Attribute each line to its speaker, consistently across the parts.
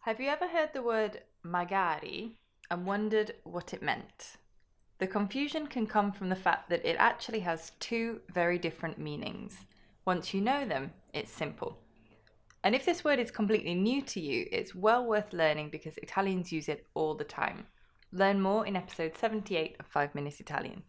Speaker 1: Have you ever heard the word Magari and wondered what it meant? The confusion can come from the fact that it actually has two very different meanings. Once you know them, it's simple. And if this word is completely new to you, it's well worth learning because Italians use it all the time. Learn more in episode 78 of 5 Minutes Italian.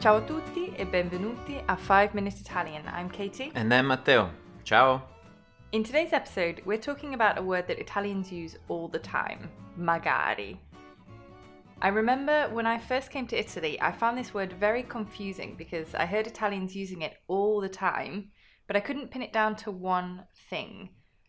Speaker 1: Ciao a tutti e benvenuti a 5 Minutes Italian. I'm Katie.
Speaker 2: And then Matteo. Ciao.
Speaker 1: In today's episode, we're talking about a word that Italians use all the time magari. I remember when I first came to Italy, I found this word very confusing because I heard Italians using it all the time, but I couldn't pin it down to one thing.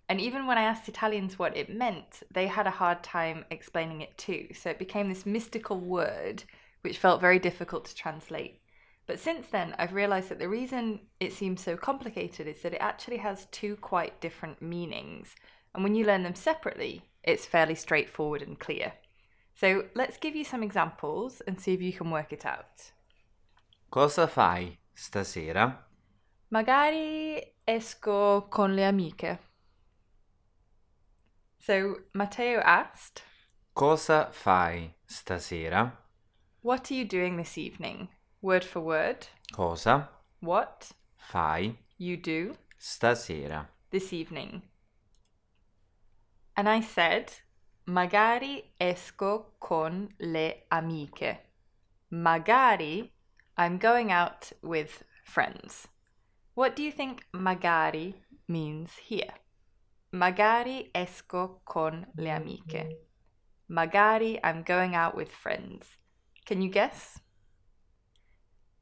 Speaker 1: And even when I asked Italians what it meant, they had a hard time explaining it too. So it became this mystical word which felt very difficult to translate. But since then, I've realised that the reason it seems so complicated is that it actually has two quite different meanings. And when you learn them separately, it's fairly straightforward and clear. So let's give you some examples and see if you can work it out.
Speaker 2: Cosa fai stasera?
Speaker 1: Magari esco con le amiche. So Matteo asked,
Speaker 2: Cosa fai stasera?
Speaker 1: What are you doing this evening? Word for word,
Speaker 2: Cosa
Speaker 1: what
Speaker 2: fai
Speaker 1: you do
Speaker 2: stasera?
Speaker 1: this evening. And I said, magari esco con le amiche. Magari, I'm going out with friends. What do you think magari means here? Magari esco con le amiche. Magari, I'm going out with friends. Can you guess?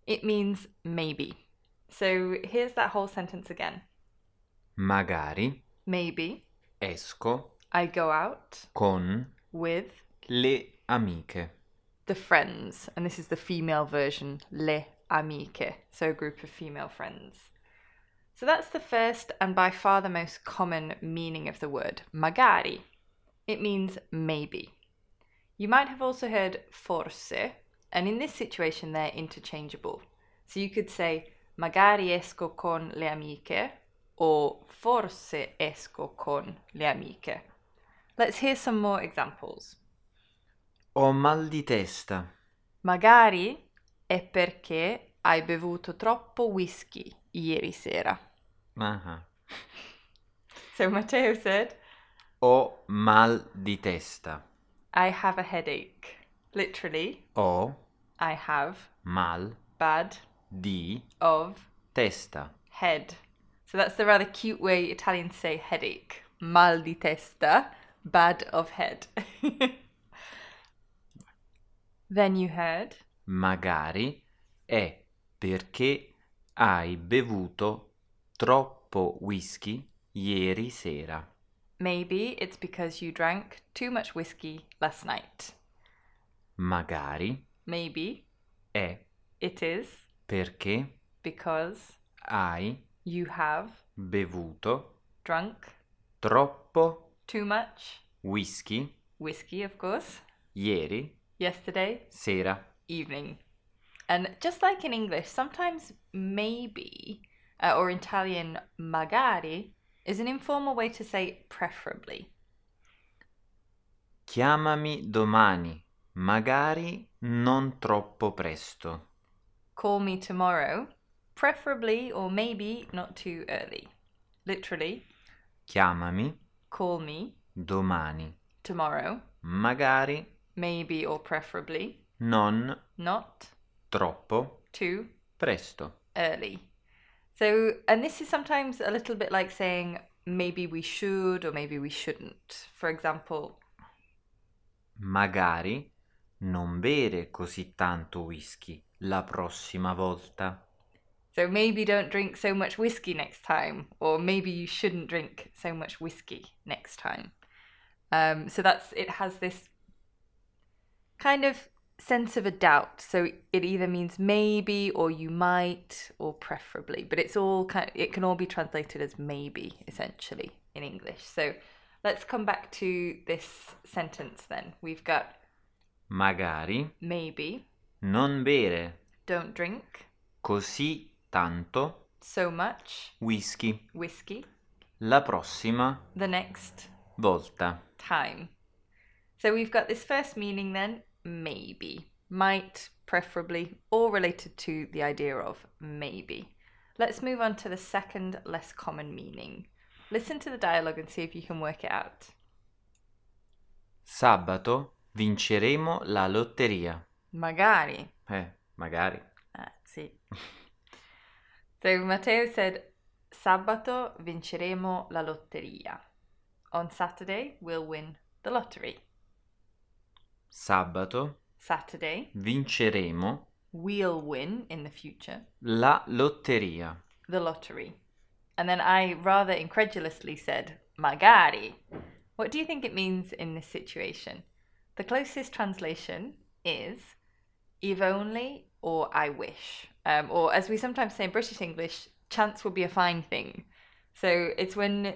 Speaker 1: It means maybe. So here's that whole sentence again.
Speaker 2: Magari
Speaker 1: Maybe
Speaker 2: esco
Speaker 1: I go out
Speaker 2: con
Speaker 1: with
Speaker 2: le amiche.
Speaker 1: the friends, and this is the female version, le amiche, so a group of female friends. So that's the first and by far the most common meaning of the word, magari. It means maybe. You might have also heard forse, and in this situation they're interchangeable. So you could say magari esco con le amiche or forse esco con le amiche. Let's hear some more examples.
Speaker 2: Ho mal di testa.
Speaker 1: Magari è perché hai bevuto troppo whisky ieri sera.
Speaker 2: Ah.
Speaker 1: So Matteo said,
Speaker 2: Ho mal di testa.
Speaker 1: I have a headache. Literally,
Speaker 2: Ho
Speaker 1: I have
Speaker 2: mal
Speaker 1: bad
Speaker 2: di
Speaker 1: of
Speaker 2: testa.
Speaker 1: head. So that's the rather cute way Italians say headache. Mal di testa, bad of head. then you heard,
Speaker 2: Magari è perché hai bevuto troppo whisky ieri sera.
Speaker 1: maybe it's because you drank too much whisky last night.
Speaker 2: Magari
Speaker 1: Maybe
Speaker 2: è
Speaker 1: it is
Speaker 2: perché
Speaker 1: because
Speaker 2: hai
Speaker 1: You have
Speaker 2: bevuto
Speaker 1: drunk
Speaker 2: troppo
Speaker 1: too much
Speaker 2: whisky
Speaker 1: whiskey, of course,
Speaker 2: ieri
Speaker 1: yesterday
Speaker 2: sera.
Speaker 1: evening. And just like in English, sometimes maybe uh, or Italian magari is an informal way to say preferably.
Speaker 2: Chiamami domani, magari non troppo presto.
Speaker 1: Call me tomorrow, preferably or maybe not too early. Literally,
Speaker 2: Chiamami
Speaker 1: call me
Speaker 2: domani,
Speaker 1: tomorrow,
Speaker 2: magari
Speaker 1: maybe or preferably
Speaker 2: non
Speaker 1: not
Speaker 2: troppo
Speaker 1: too
Speaker 2: presto.
Speaker 1: early. So, and this is sometimes a little bit like saying maybe we should or maybe we shouldn't. For example,
Speaker 2: Magari non bere così tanto whisky la prossima volta.
Speaker 1: so maybe don't drink so much whiskey next time, or maybe you shouldn't drink so much whiskey next time. Um, so that's it has this kind of sense of a doubt. So it either means maybe or you might or preferably, but it's all kind it can all be translated as maybe essentially in English. So let's come back to this sentence then. We've got
Speaker 2: Magari
Speaker 1: maybe,
Speaker 2: non bere
Speaker 1: don't drink,
Speaker 2: così tanto
Speaker 1: so much,
Speaker 2: whisky
Speaker 1: whiskey,
Speaker 2: la prossima
Speaker 1: the next
Speaker 2: volta.
Speaker 1: time. So we've got this first meaning then, maybe, might, preferably, all related to the idea of maybe. Let's move on to the second less common meaning. Listen to the dialogue and see if you can work it out.
Speaker 2: Sabato vinceremo la lotteria.
Speaker 1: Magari.
Speaker 2: Eh, magari.
Speaker 1: Ah, sì. So Matteo said, Sabato vinceremo la lotteria. On Saturday, we'll win the lottery.
Speaker 2: Sabato
Speaker 1: Saturday,
Speaker 2: vinceremo
Speaker 1: we'll win in the future
Speaker 2: la lotteria.
Speaker 1: the lottery. And then I rather incredulously said, Magari. What do you think it means in this situation? The closest translation is, if only or I wish. Um, or as we sometimes say in British English, chance will be a fine thing. So it's when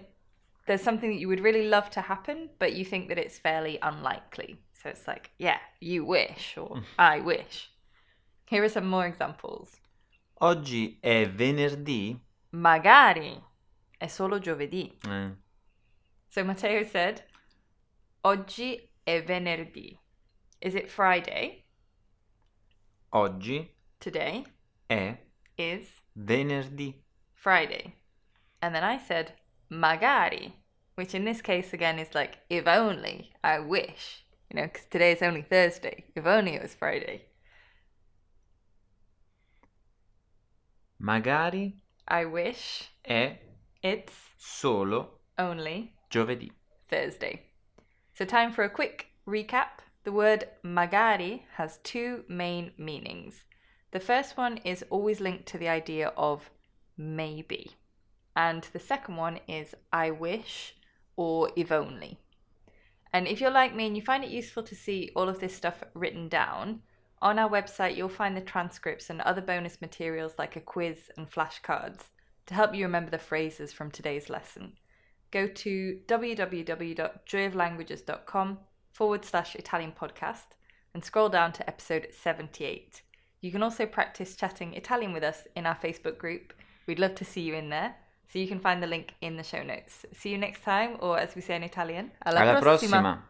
Speaker 1: there's something that you would really love to happen, but you think that it's fairly unlikely. So it's like, yeah, you wish or I wish. Here are some more examples.
Speaker 2: Oggi è venerdì?
Speaker 1: Magari è solo giovedì.
Speaker 2: Eh,
Speaker 1: So Matteo said, Oggi è venerdì. Is it Friday?
Speaker 2: oggi
Speaker 1: Today
Speaker 2: è
Speaker 1: is
Speaker 2: venerdì.
Speaker 1: Friday. And then I said, Magari, which in this case again is like, if only, I wish. You know, because today is only Thursday. If only it was Friday.
Speaker 2: Magari
Speaker 1: I wish
Speaker 2: è
Speaker 1: it's
Speaker 2: solo
Speaker 1: only
Speaker 2: giovedì.
Speaker 1: Thursday. So, time for a quick recap. The word magari has two main meanings. The first one is always linked to the idea of maybe, and the second one is I wish or if only. And if you're like me and you find it useful to see all of this stuff written down, on our website you'll find the transcripts and other bonus materials like a quiz and flashcards to help you remember the phrases from today's lesson go to www.joyoflanguages.com forward slash Italian podcast and scroll down to episode 78. You can also practice chatting Italian with us in our Facebook group. We'd love to see you in there. So you can find the link in the show notes. See you next time, or as we say in Italian,
Speaker 2: Alla prossima.